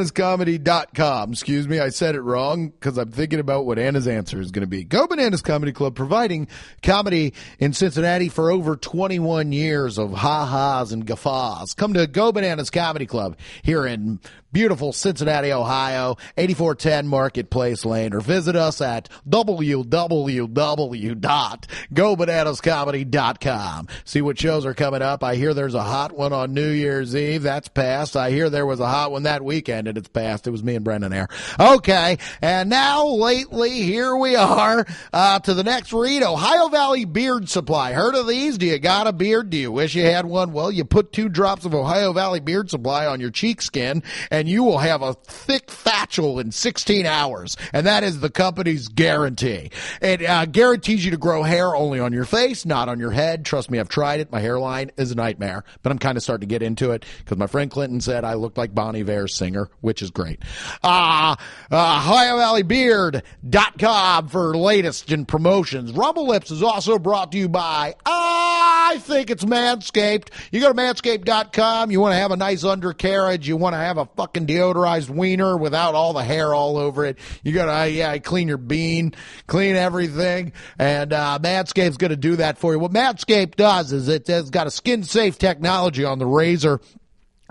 [SPEAKER 1] www.gobananascomedyclub.gobananascomedy.com. Excuse me, I said it wrong because I'm thinking about what Anna's answer is going to be. Go Bananas Comedy Club, providing comedy in Cincinnati for over 21 years of ha-has and guffaws. Come to Go Bananas Comedy Club here in beautiful Cincinnati, Ohio, 8410 Marketplace Lane, or visit us at www.gobananascomedy.com. See what shows are coming up. I hear there's a hot one on New Year's Eve. That's passed. I hear there was a hot one that weekend, and it's passed. It was me and Brendan there. Okay, and now lately, here we are uh, to the next read. Ohio Valley Beard Supply. Heard of these? Do you got a beard? Do you wish you had one? Well, you put two drops of Ohio Valley Beard Supply on your cheek skin, and you will have a thick fatchel in 16 hours. And that is the company's guarantee. It uh, guarantees you to grow hair only on your face, not on your head. Trust me, I've tried it. My hairline is a nightmare, but I'm kind of starting to get into it because my friend Clinton said I looked like Bonnie Vare's singer, which is great. Uh, uh, OhioValleyBeard.com for latest in promotions. Rumble Lips is also brought to you by I Think It's Manscaped. You go to manscaped.com. You want to have a nice undercarriage. You want to have a fucking deodorized wiener without all the hair all over it. You got to, uh, yeah, clean your bean, clean everything. And uh, Manscaped's going to do that for you. What Manscaped does is it has got a skin safe technology on the razor.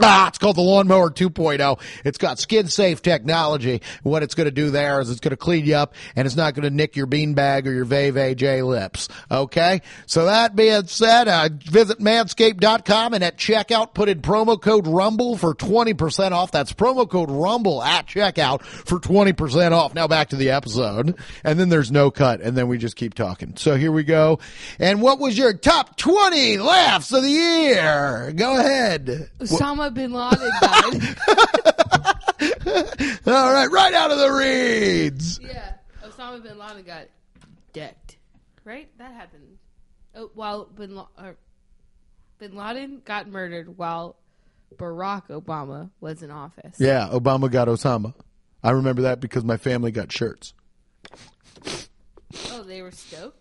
[SPEAKER 1] Ah, it's called the Lawnmower 2.0. It's got skin safe technology. What it's going to do there is it's going to clean you up and it's not going to nick your beanbag or your Veve J lips. Okay? So that being said, uh, visit manscaped.com and at checkout put in promo code RUMBLE for 20% off. That's promo code RUMBLE at checkout for 20% off. Now back to the episode. And then there's no cut and then we just keep talking. So here we go. And what was your top 20 laughs of the year? Go ahead.
[SPEAKER 2] Osama bin Laden
[SPEAKER 1] (laughs)
[SPEAKER 2] died.
[SPEAKER 1] All right, right out of the reeds.
[SPEAKER 2] yeah, Osama bin Laden got decked. Right? That happened. Oh, while bin, La- or bin Laden got murdered while Barack Obama was in office.
[SPEAKER 1] Yeah, Obama got Osama. I remember that because my family got shirts.
[SPEAKER 2] Oh, they were stoked?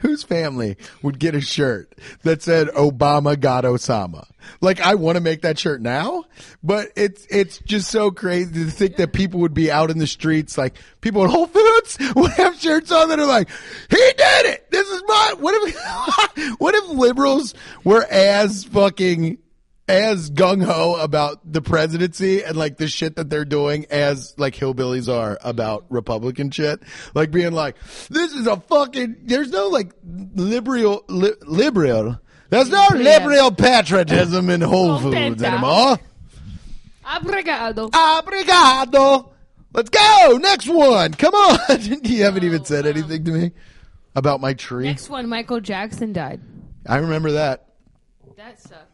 [SPEAKER 1] Whose family would get a shirt that said Obama got Osama? Like I want to make that shirt now, but it's it's just so crazy to think that people would be out in the streets like people in Whole Foods (laughs) would have shirts on that are like, "He did it. This is my What if (laughs) what if liberals were as fucking as gung ho about the presidency and like the shit that they're doing as like hillbillies are about Republican shit. Like being like, this is a fucking, there's no like liberal, li- liberal. There's no
[SPEAKER 2] Yeah.
[SPEAKER 1] liberal patriotism in Whole Foods
[SPEAKER 2] Contenta.
[SPEAKER 1] anymore.
[SPEAKER 2] Abrigado.
[SPEAKER 1] Obrigado. Let's go. Next one. Come on. (laughs) you haven't even said anything to me about my tree.
[SPEAKER 2] Next one, Michael Jackson died.
[SPEAKER 1] I remember that.
[SPEAKER 2] That sucked.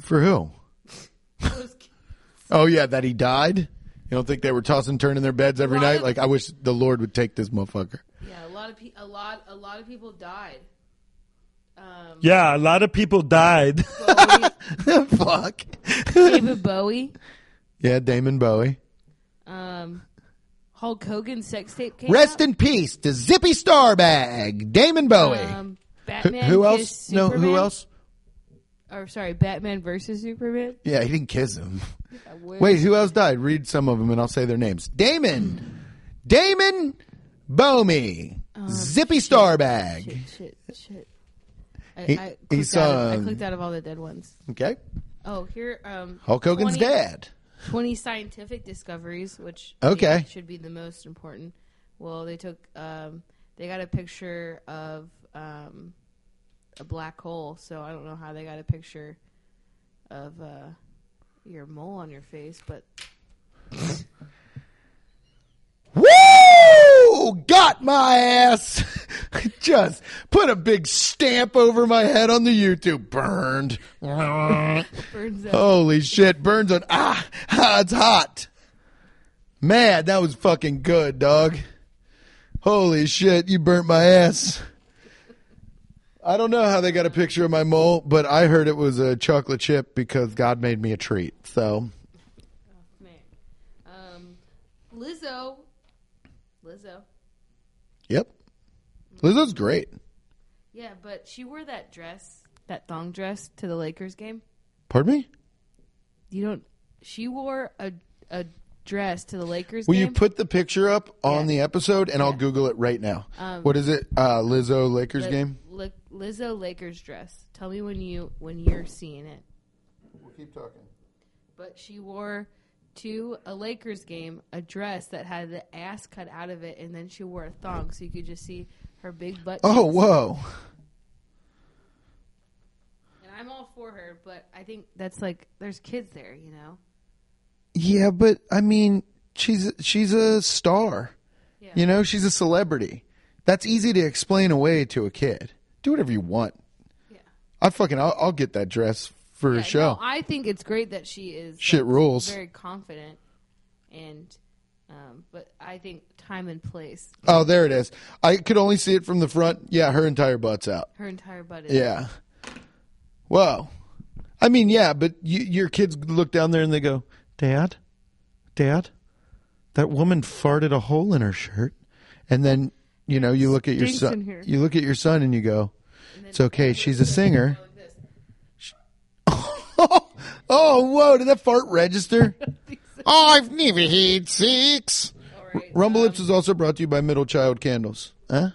[SPEAKER 1] For
[SPEAKER 2] (laughs)
[SPEAKER 1] who?
[SPEAKER 2] It was-
[SPEAKER 1] Oh yeah, that he died. You don't think they were tossing, turning their beds every
[SPEAKER 2] Lot
[SPEAKER 1] night?
[SPEAKER 2] of-
[SPEAKER 1] like I wish the Lord would take this
[SPEAKER 2] (laughs)
[SPEAKER 1] motherfucker.
[SPEAKER 2] yeah, a lot of pe- a lot a lot of people died. Um,
[SPEAKER 3] Yeah, a lot of people died. (laughs)
[SPEAKER 2] Bowie,
[SPEAKER 1] Fuck.
[SPEAKER 2] David Bowie,
[SPEAKER 1] (laughs) yeah, Damon Bowie.
[SPEAKER 2] um, Hulk Hogan's sex tape came
[SPEAKER 1] Rest
[SPEAKER 2] out.
[SPEAKER 1] in peace to Zippy Starbag, Damon Bowie.
[SPEAKER 2] um,
[SPEAKER 1] who,
[SPEAKER 2] Batman.
[SPEAKER 1] who else?
[SPEAKER 2] kissed
[SPEAKER 1] No, who
[SPEAKER 2] Superman.
[SPEAKER 1] else?
[SPEAKER 2] Or sorry, Batman versus Superman.
[SPEAKER 1] Yeah, he didn't kiss him.
[SPEAKER 2] I wish.
[SPEAKER 1] Wait, who else died? Read some of them, and I'll say their names. Damon, Damon Bowie, Zippy Starbag.
[SPEAKER 2] Oh, shit, shit, shit. I,
[SPEAKER 1] He- um,
[SPEAKER 2] I, clicked
[SPEAKER 1] he
[SPEAKER 2] out of, I
[SPEAKER 1] sung-
[SPEAKER 2] clicked out of all the dead ones.
[SPEAKER 1] Okay,
[SPEAKER 2] Oh, here, um,
[SPEAKER 1] Hulk Hogan's
[SPEAKER 2] 20
[SPEAKER 1] dad.
[SPEAKER 2] 20 scientific discoveries, which
[SPEAKER 1] Okay.
[SPEAKER 2] they- should be the most important. Well, they took, um, they got a picture of um, a black hole, so I don't know how they got a picture of uh, your mole on your face, but (laughs)
[SPEAKER 1] Woo! Got my ass. (laughs) Just put a big stamp over my head on the YouTube. Burned.
[SPEAKER 2] burns out.
[SPEAKER 1] Holy shit. Burns on. Ah, ah, it's hot. Man, that was fucking good, dog. Holy shit, you burnt my ass. I don't know how they got a picture of my mole, but I heard it was a chocolate chip because God made me a treat. So
[SPEAKER 2] Man. Um, Lizzo. Lizzo.
[SPEAKER 1] Yep. Lizzo's great.
[SPEAKER 2] Yeah, but she wore that dress, that thong dress, to the Lakers game.
[SPEAKER 1] Pardon me?
[SPEAKER 2] You don't. She wore a a dress to the Lakers
[SPEAKER 1] Will
[SPEAKER 2] game.
[SPEAKER 1] you put the picture up on
[SPEAKER 2] Yeah. Um,
[SPEAKER 1] the episode and I'll Google it right now? what is it? Uh, Lizzo Lakers
[SPEAKER 2] Li-
[SPEAKER 1] game?
[SPEAKER 2] Li- Lizzo Lakers dress. Tell me when you when you're seeing it.
[SPEAKER 1] We'll keep talking.
[SPEAKER 2] But she wore to a Lakers game a dress that had the ass cut out of it, and then she wore a thong, so you could just see her big butt.
[SPEAKER 1] Oh,
[SPEAKER 2] cheeks.
[SPEAKER 1] whoa.
[SPEAKER 2] And I'm all for her, but I think that's like there's kids there, you know.
[SPEAKER 1] Yeah, but I mean, she's she's a star.
[SPEAKER 2] Yeah.
[SPEAKER 1] You know, she's a celebrity. That's easy to explain away to a kid. Do whatever you want.
[SPEAKER 2] Yeah.
[SPEAKER 1] I fucking I'll, I'll get that dress for
[SPEAKER 2] Yeah,
[SPEAKER 1] a show.
[SPEAKER 2] no, I think it's great that she is
[SPEAKER 1] Shit
[SPEAKER 2] like,
[SPEAKER 1] rules.
[SPEAKER 2] very confident, and um, but I think time and place,
[SPEAKER 1] oh, there it is. I could only see it from the front. Yeah, her entire butt's out.
[SPEAKER 2] her entire butt is
[SPEAKER 1] Yeah. Whoa. I mean, yeah, but you, your kids look down there and they go, "Dad, Dad, that woman farted a hole in her shirt," and then you know you look at your
[SPEAKER 4] Stinks
[SPEAKER 1] son.
[SPEAKER 4] in here.
[SPEAKER 1] You look at your son and you go,
[SPEAKER 2] And then
[SPEAKER 1] "It's okay.
[SPEAKER 2] everybody
[SPEAKER 1] She's a singer."
[SPEAKER 2] goes like this.
[SPEAKER 1] (laughs) oh, whoa! Did that fart register? I've never had sex.
[SPEAKER 2] All right,
[SPEAKER 1] Rumble
[SPEAKER 2] um,
[SPEAKER 1] Lips is also brought to you by Middle Child Candles. Huh?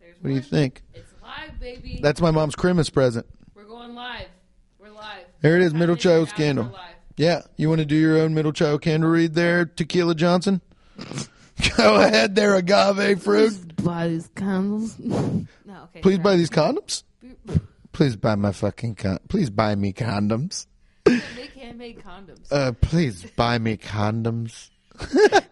[SPEAKER 2] there's
[SPEAKER 1] What do you
[SPEAKER 2] one.
[SPEAKER 1] think?
[SPEAKER 2] It's live, baby.
[SPEAKER 1] That's my mom's Christmas present.
[SPEAKER 2] We're going live. We're live.
[SPEAKER 1] There it is,
[SPEAKER 2] Time
[SPEAKER 1] Middle
[SPEAKER 2] to get
[SPEAKER 1] Child's
[SPEAKER 2] out,
[SPEAKER 1] Candle.
[SPEAKER 2] we're live.
[SPEAKER 1] Yeah, you want to do your own middle child candle read there, Tequila Johnson? (laughs) Go ahead there, agave fruit.
[SPEAKER 2] Buy these candles. (laughs) no, okay.
[SPEAKER 1] Please buy
[SPEAKER 2] sorry.
[SPEAKER 1] these condoms. Please buy my fucking con- Please buy me condoms.
[SPEAKER 2] (laughs) Make handmade condoms.
[SPEAKER 1] Uh, please buy me condoms.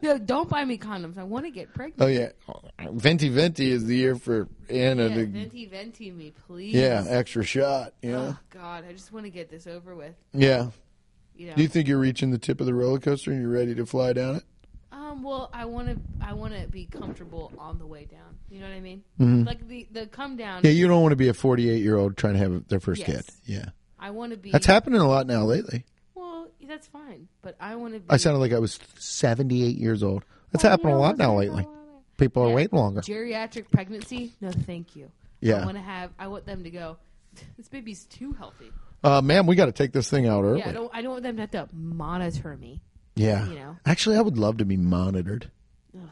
[SPEAKER 2] no, don't buy me condoms. I want to get pregnant.
[SPEAKER 1] Oh yeah, venti venti is the year for Anna.
[SPEAKER 2] yeah,
[SPEAKER 1] to,
[SPEAKER 2] venti venti me, please.
[SPEAKER 1] uh, yeah extra shot. Yeah,
[SPEAKER 2] Oh God, I just want to get this over with.
[SPEAKER 1] yeah.
[SPEAKER 2] You know.
[SPEAKER 1] Do you think you're reaching the tip of the roller coaster and you're ready to fly down it?
[SPEAKER 2] um. Well, I want to. I want to be comfortable on the way down. You know what I mean? Like the the come down.
[SPEAKER 1] Mm-hmm. Yeah, you don't want to be a 48 year old trying to have their first
[SPEAKER 2] Yes.
[SPEAKER 1] kid. Yeah,
[SPEAKER 2] I want to be.
[SPEAKER 1] that's happening a lot now lately.
[SPEAKER 2] well, that's fine. But I want to be.
[SPEAKER 1] I sounded like I was 78 years old. That's
[SPEAKER 2] Oh,
[SPEAKER 1] happened a
[SPEAKER 2] you know,
[SPEAKER 1] lot now
[SPEAKER 2] wasn't it
[SPEAKER 1] lately.
[SPEAKER 2] a lot?
[SPEAKER 1] People are
[SPEAKER 2] Yeah.
[SPEAKER 1] waiting longer.
[SPEAKER 2] Geriatric pregnancy? No, thank you.
[SPEAKER 1] Yeah.
[SPEAKER 2] I want to have. I want them to go. (laughs) This baby's too healthy.
[SPEAKER 1] Uh, ma'am, we got to take this thing out early.
[SPEAKER 2] Yeah, I don't. I don't want them to have to monitor me.
[SPEAKER 1] Yeah.
[SPEAKER 2] you know.
[SPEAKER 1] Actually, I would love to be monitored.
[SPEAKER 2] Ugh,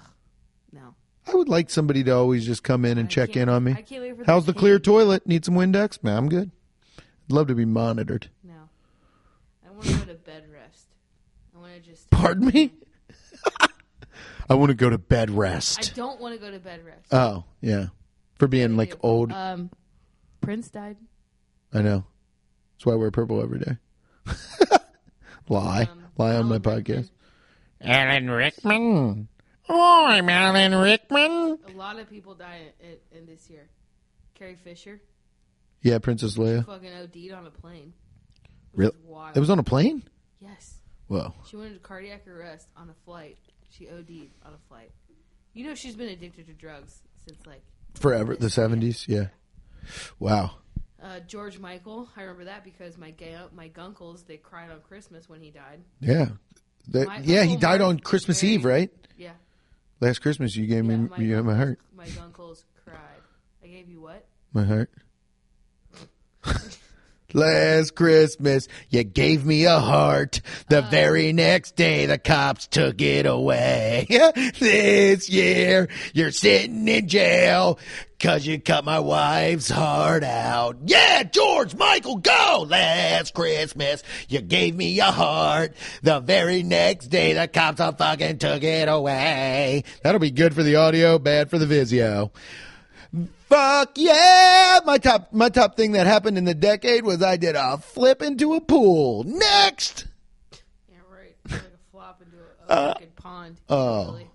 [SPEAKER 2] no.
[SPEAKER 1] I would like somebody to always just come in and
[SPEAKER 2] I
[SPEAKER 1] check in
[SPEAKER 2] can't-
[SPEAKER 1] on me.
[SPEAKER 2] I can't wait for the
[SPEAKER 1] How's the
[SPEAKER 2] kid.
[SPEAKER 1] clear toilet? Need some Windex? Man, I'm good. I'd love to be monitored. (laughs)
[SPEAKER 2] No. I want to go to bed rest. I want to just.
[SPEAKER 1] Pardon me? (laughs) I want to go to bed
[SPEAKER 2] I
[SPEAKER 1] rest.
[SPEAKER 2] don't want to go to bed rest.
[SPEAKER 1] Oh, yeah. For being like old.
[SPEAKER 2] Um, Prince died. uh,
[SPEAKER 1] I know. That's why I wear purple every day. (laughs) Lie.
[SPEAKER 2] Um,
[SPEAKER 1] Lie on my
[SPEAKER 2] Alan
[SPEAKER 1] podcast.
[SPEAKER 2] Rickman.
[SPEAKER 1] Alan Rickman. Oh, I'm Alan Rickman.
[SPEAKER 2] A lot of people died in, in this year. Carrie Fisher
[SPEAKER 1] Yeah, Princess Leia.
[SPEAKER 2] fucking OD'd on a plane. It
[SPEAKER 1] Really?
[SPEAKER 2] was wild.
[SPEAKER 1] It was on a plane?
[SPEAKER 2] yes.
[SPEAKER 1] Whoa.
[SPEAKER 2] She went into cardiac arrest on a flight. She OD'd on a flight. You know she's been addicted to drugs since like
[SPEAKER 1] Forever. The 70s? Yeah. Wow.
[SPEAKER 2] uh, George Michael. I remember that because my gay, my gunkles they cried on Christmas when he died.
[SPEAKER 1] Yeah. That-
[SPEAKER 2] My
[SPEAKER 1] yeah, he
[SPEAKER 2] uncle
[SPEAKER 1] died
[SPEAKER 2] Mark
[SPEAKER 1] on Christmas
[SPEAKER 2] Berry.
[SPEAKER 1] Eve, right?
[SPEAKER 2] Yeah,
[SPEAKER 1] Last Christmas, you gave
[SPEAKER 2] yeah
[SPEAKER 1] me you gave my heart.
[SPEAKER 2] My gunkles cried. I gave you what?
[SPEAKER 1] My heart. (laughs) Last Christmas, you gave me a heart. The very next day, the cops took it away. (laughs) this year, you're sitting in jail because you cut my wife's heart out. Yeah, George Michael, go! Last Christmas, you gave me a heart. The very next day, the cops all fucking took it away. That'll be good for the audio, bad for the Vizio. Fuck yeah! My top my top thing that happened in the decade was I did a flip into a pool. Next.
[SPEAKER 2] Yeah,
[SPEAKER 1] (laughs)
[SPEAKER 2] right. Like a flop into a, a fucking pond.
[SPEAKER 1] Uh, oh.
[SPEAKER 2] Really.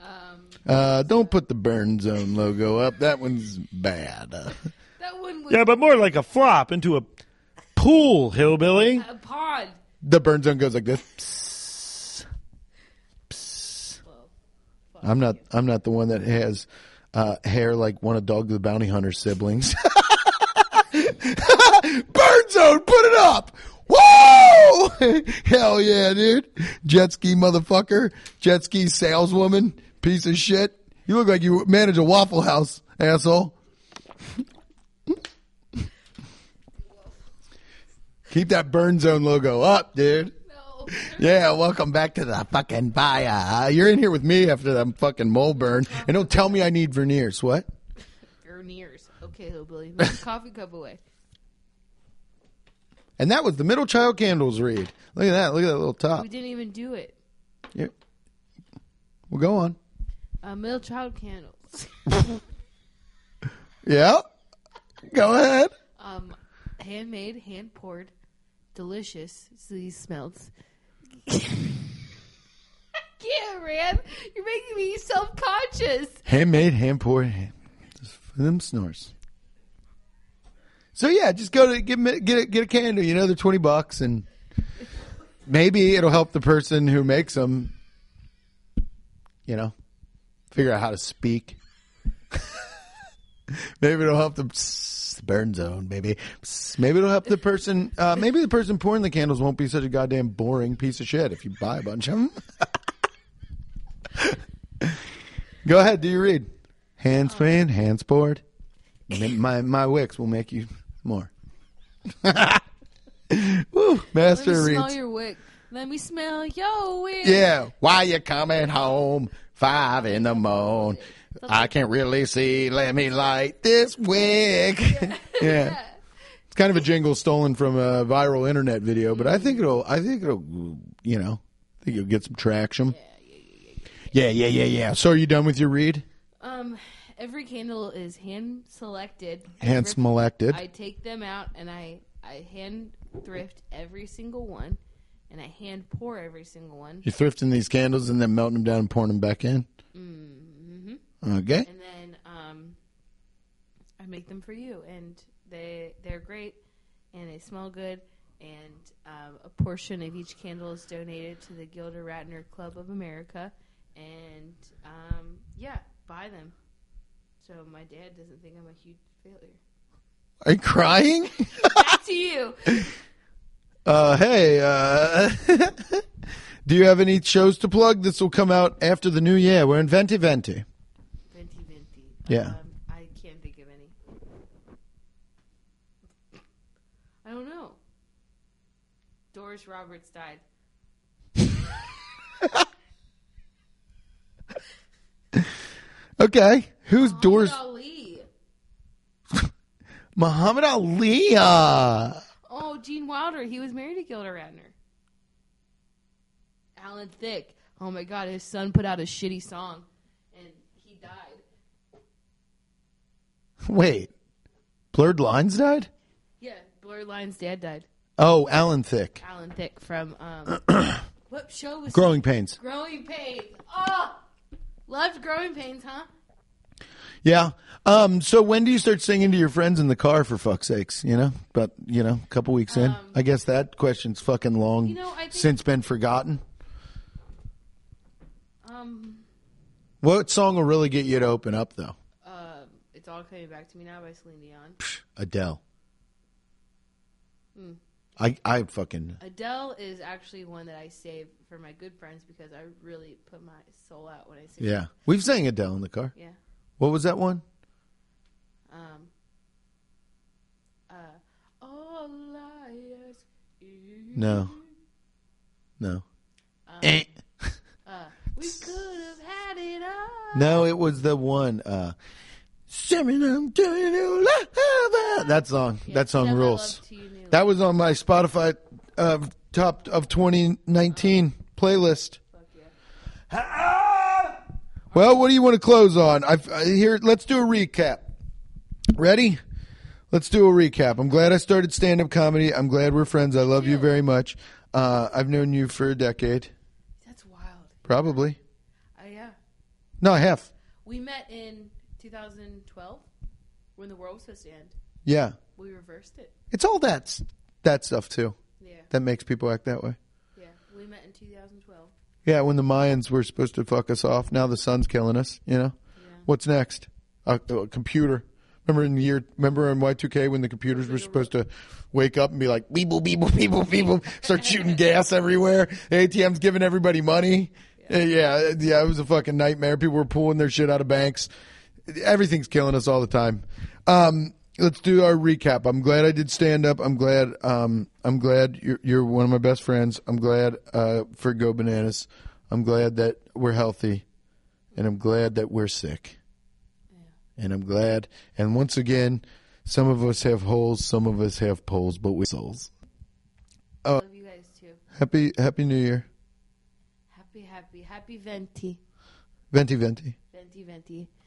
[SPEAKER 2] Um,
[SPEAKER 1] Uh, don't put the burn zone logo up. That one's bad. Uh,
[SPEAKER 2] that one was
[SPEAKER 3] Yeah, but more like a flop into a pool, hillbilly.
[SPEAKER 2] a pond.
[SPEAKER 1] the burn zone goes like this. Psst.
[SPEAKER 2] Well,
[SPEAKER 1] I'm not I'm not the one that has uh, hair like one of Dog the Bounty Hunter's (laughs) siblings. burn zone, put it up. Woo! Woo! (laughs) Hell yeah, dude. Jet ski motherfucker. Jet ski saleswoman. Piece of shit. You look like you manage a Waffle House, asshole. Keep that burn zone logo up, dude.
[SPEAKER 2] No.
[SPEAKER 1] Yeah, welcome back to the fucking fire. You're in here with me after that fucking mole burn, and don't tell me I need veneers. What?
[SPEAKER 2] Your ears. Okay, hillbilly. Move the coffee cup away.
[SPEAKER 1] And that was the middle child candles read. Look at that. Look at that little top.
[SPEAKER 2] We didn't even do it.
[SPEAKER 1] Yeah. Well, go on.
[SPEAKER 2] Uh, middle child candles.
[SPEAKER 1] Yeah. Go ahead.
[SPEAKER 2] Um, handmade, hand poured, delicious. These (laughs) smells. yeah, Ram, you're making me self conscious.
[SPEAKER 1] Handmade, hand poured, hand. Just for them snores. So yeah, just go to get get a, get a candle. You know, they're twenty bucks, and maybe it'll help the person who makes them. You know, figure out how to speak. (laughs) maybe it'll help the pss, burn zone. Maybe Pss, maybe it'll help the person. Uh, maybe the person pouring the candles won't be such a goddamn boring piece of shit if you buy a bunch of them. (laughs) Go ahead, do you read? Hands fan, hands board. My, my my wicks will make you more. (laughs) Woo,
[SPEAKER 2] Let me
[SPEAKER 1] master
[SPEAKER 2] smell
[SPEAKER 1] reads.
[SPEAKER 2] your wick. Let me smell your wick.
[SPEAKER 1] yeah, why you coming home five in the morn? I can't really see. Let me light this wick. (laughs) Yeah. It's kind of a jingle stolen from a viral internet video, but I think it'll. I think it'll. You know, I think you'll get some traction. Yeah, yeah, yeah, yeah. So, are you done with your read?
[SPEAKER 2] Um, every candle is hand selected.
[SPEAKER 1] Hand
[SPEAKER 2] Every-
[SPEAKER 1] selected.
[SPEAKER 2] I take them out and I I hand thrift every single one, and I hand pour every single one,
[SPEAKER 1] You're thrifting these candles and then melting them down and pouring them back in. Mm-hmm. Okay.
[SPEAKER 2] and then um, I make them for you, and they they're great, and they smell good. And um, a portion of each candle is donated to the Gilda Ratner Club of America, and um, yeah, buy them. So my dad doesn't think I'm a huge (laughs) failure.
[SPEAKER 1] Are you crying? (laughs)
[SPEAKER 2] Back to you.
[SPEAKER 1] Uh, hey, uh, (laughs) do you have any shows to plug? This will come out after the new year. We're in Venti Venti.
[SPEAKER 2] Venti Venti.
[SPEAKER 1] Yeah.
[SPEAKER 2] Um, I can't think of any. I don't know. Doris Roberts died.
[SPEAKER 1] Okay. Who's Doors?
[SPEAKER 2] Muhammad Ali.
[SPEAKER 1] Muhammad Ali. Uh,
[SPEAKER 2] Oh, Gene Wilder. He was married to Gilda Radner. Alan Thicke. Oh my God, his son put out a shitty song, and he died.
[SPEAKER 1] wait. Blurred Lines died?
[SPEAKER 2] Yeah, Blurred Lines' dad died.
[SPEAKER 1] Oh, Alan Thick.
[SPEAKER 2] Alan Thicke from um,
[SPEAKER 1] (coughs)
[SPEAKER 2] what show was
[SPEAKER 1] Growing Pains.
[SPEAKER 2] Growing Pains. Oh, loved Growing Pains, huh?
[SPEAKER 1] Yeah. Um, so when do you start singing to your friends in the car for fuck's sakes, you know? But, you know, a couple weeks in. I guess that question's fucking long
[SPEAKER 2] Um, You know, I think-
[SPEAKER 1] since been forgotten.
[SPEAKER 2] Um,
[SPEAKER 1] What song will really get you to open up though?
[SPEAKER 2] Um, it's all coming back to me now by Celine Dion.
[SPEAKER 1] Adele. I I fucking
[SPEAKER 2] Adele is actually one that I save for my good friends because I really put my soul out when I sing.
[SPEAKER 1] yeah. We've sang Adele in the car.
[SPEAKER 2] Yeah.
[SPEAKER 1] What was that one?
[SPEAKER 2] Um. Uh. All I ask is-
[SPEAKER 1] No. No. Eh.
[SPEAKER 2] Uh, we could have had it all.
[SPEAKER 1] No, it was the one. Uh, Singing, I'm doing you love. That song. that song
[SPEAKER 2] Send my
[SPEAKER 1] rules.
[SPEAKER 2] love to you, Neil.
[SPEAKER 1] That was on my Spotify uh, top of 2019 playlist.
[SPEAKER 2] Fuck yeah.
[SPEAKER 1] Well, what do you want to close on? I've, I here. Let's do a recap. Ready? Let's do a recap. I'm glad I started stand up comedy. I'm glad we're friends. I love you very much. Uh, I've known you for a decade,
[SPEAKER 2] That's wild.
[SPEAKER 1] probably.
[SPEAKER 2] Uh, yeah.
[SPEAKER 1] No, I have.
[SPEAKER 2] We met in 2012 when the world was supposed to end.
[SPEAKER 1] Yeah,
[SPEAKER 2] We reversed it.
[SPEAKER 1] it's all that s- that stuff too
[SPEAKER 2] Yeah.
[SPEAKER 1] that makes people act that way.
[SPEAKER 2] Yeah. We met in 2012.
[SPEAKER 1] Yeah, when the Mayans were supposed to fuck us off, now the sun's killing us. You know,
[SPEAKER 2] Yeah.
[SPEAKER 1] what's next? A, a computer Remember in year, remember in Y two K when the computers were supposed to wake up and be like beep boop beep boop beep boop beep boop, start shooting gas everywhere. The ATM's giving everybody money. Uh, Yeah, yeah, it was a fucking nightmare. People were pulling their shit out of banks. Everything's killing us all the time. Um, let's do our recap. I'm glad I did stand up. I'm glad. Um, I'm glad you're, you're one of my best friends. I'm glad uh, for Go Bananas. I'm glad that we're healthy, and I'm glad that we're sick and I'm glad. And once again, some of us have holes, some of us have poles, but we souls.
[SPEAKER 2] Love you guys too.
[SPEAKER 1] Happy Happy New Year,
[SPEAKER 2] Happy, happy, happy venti,
[SPEAKER 1] venti venti.
[SPEAKER 2] venti, venti.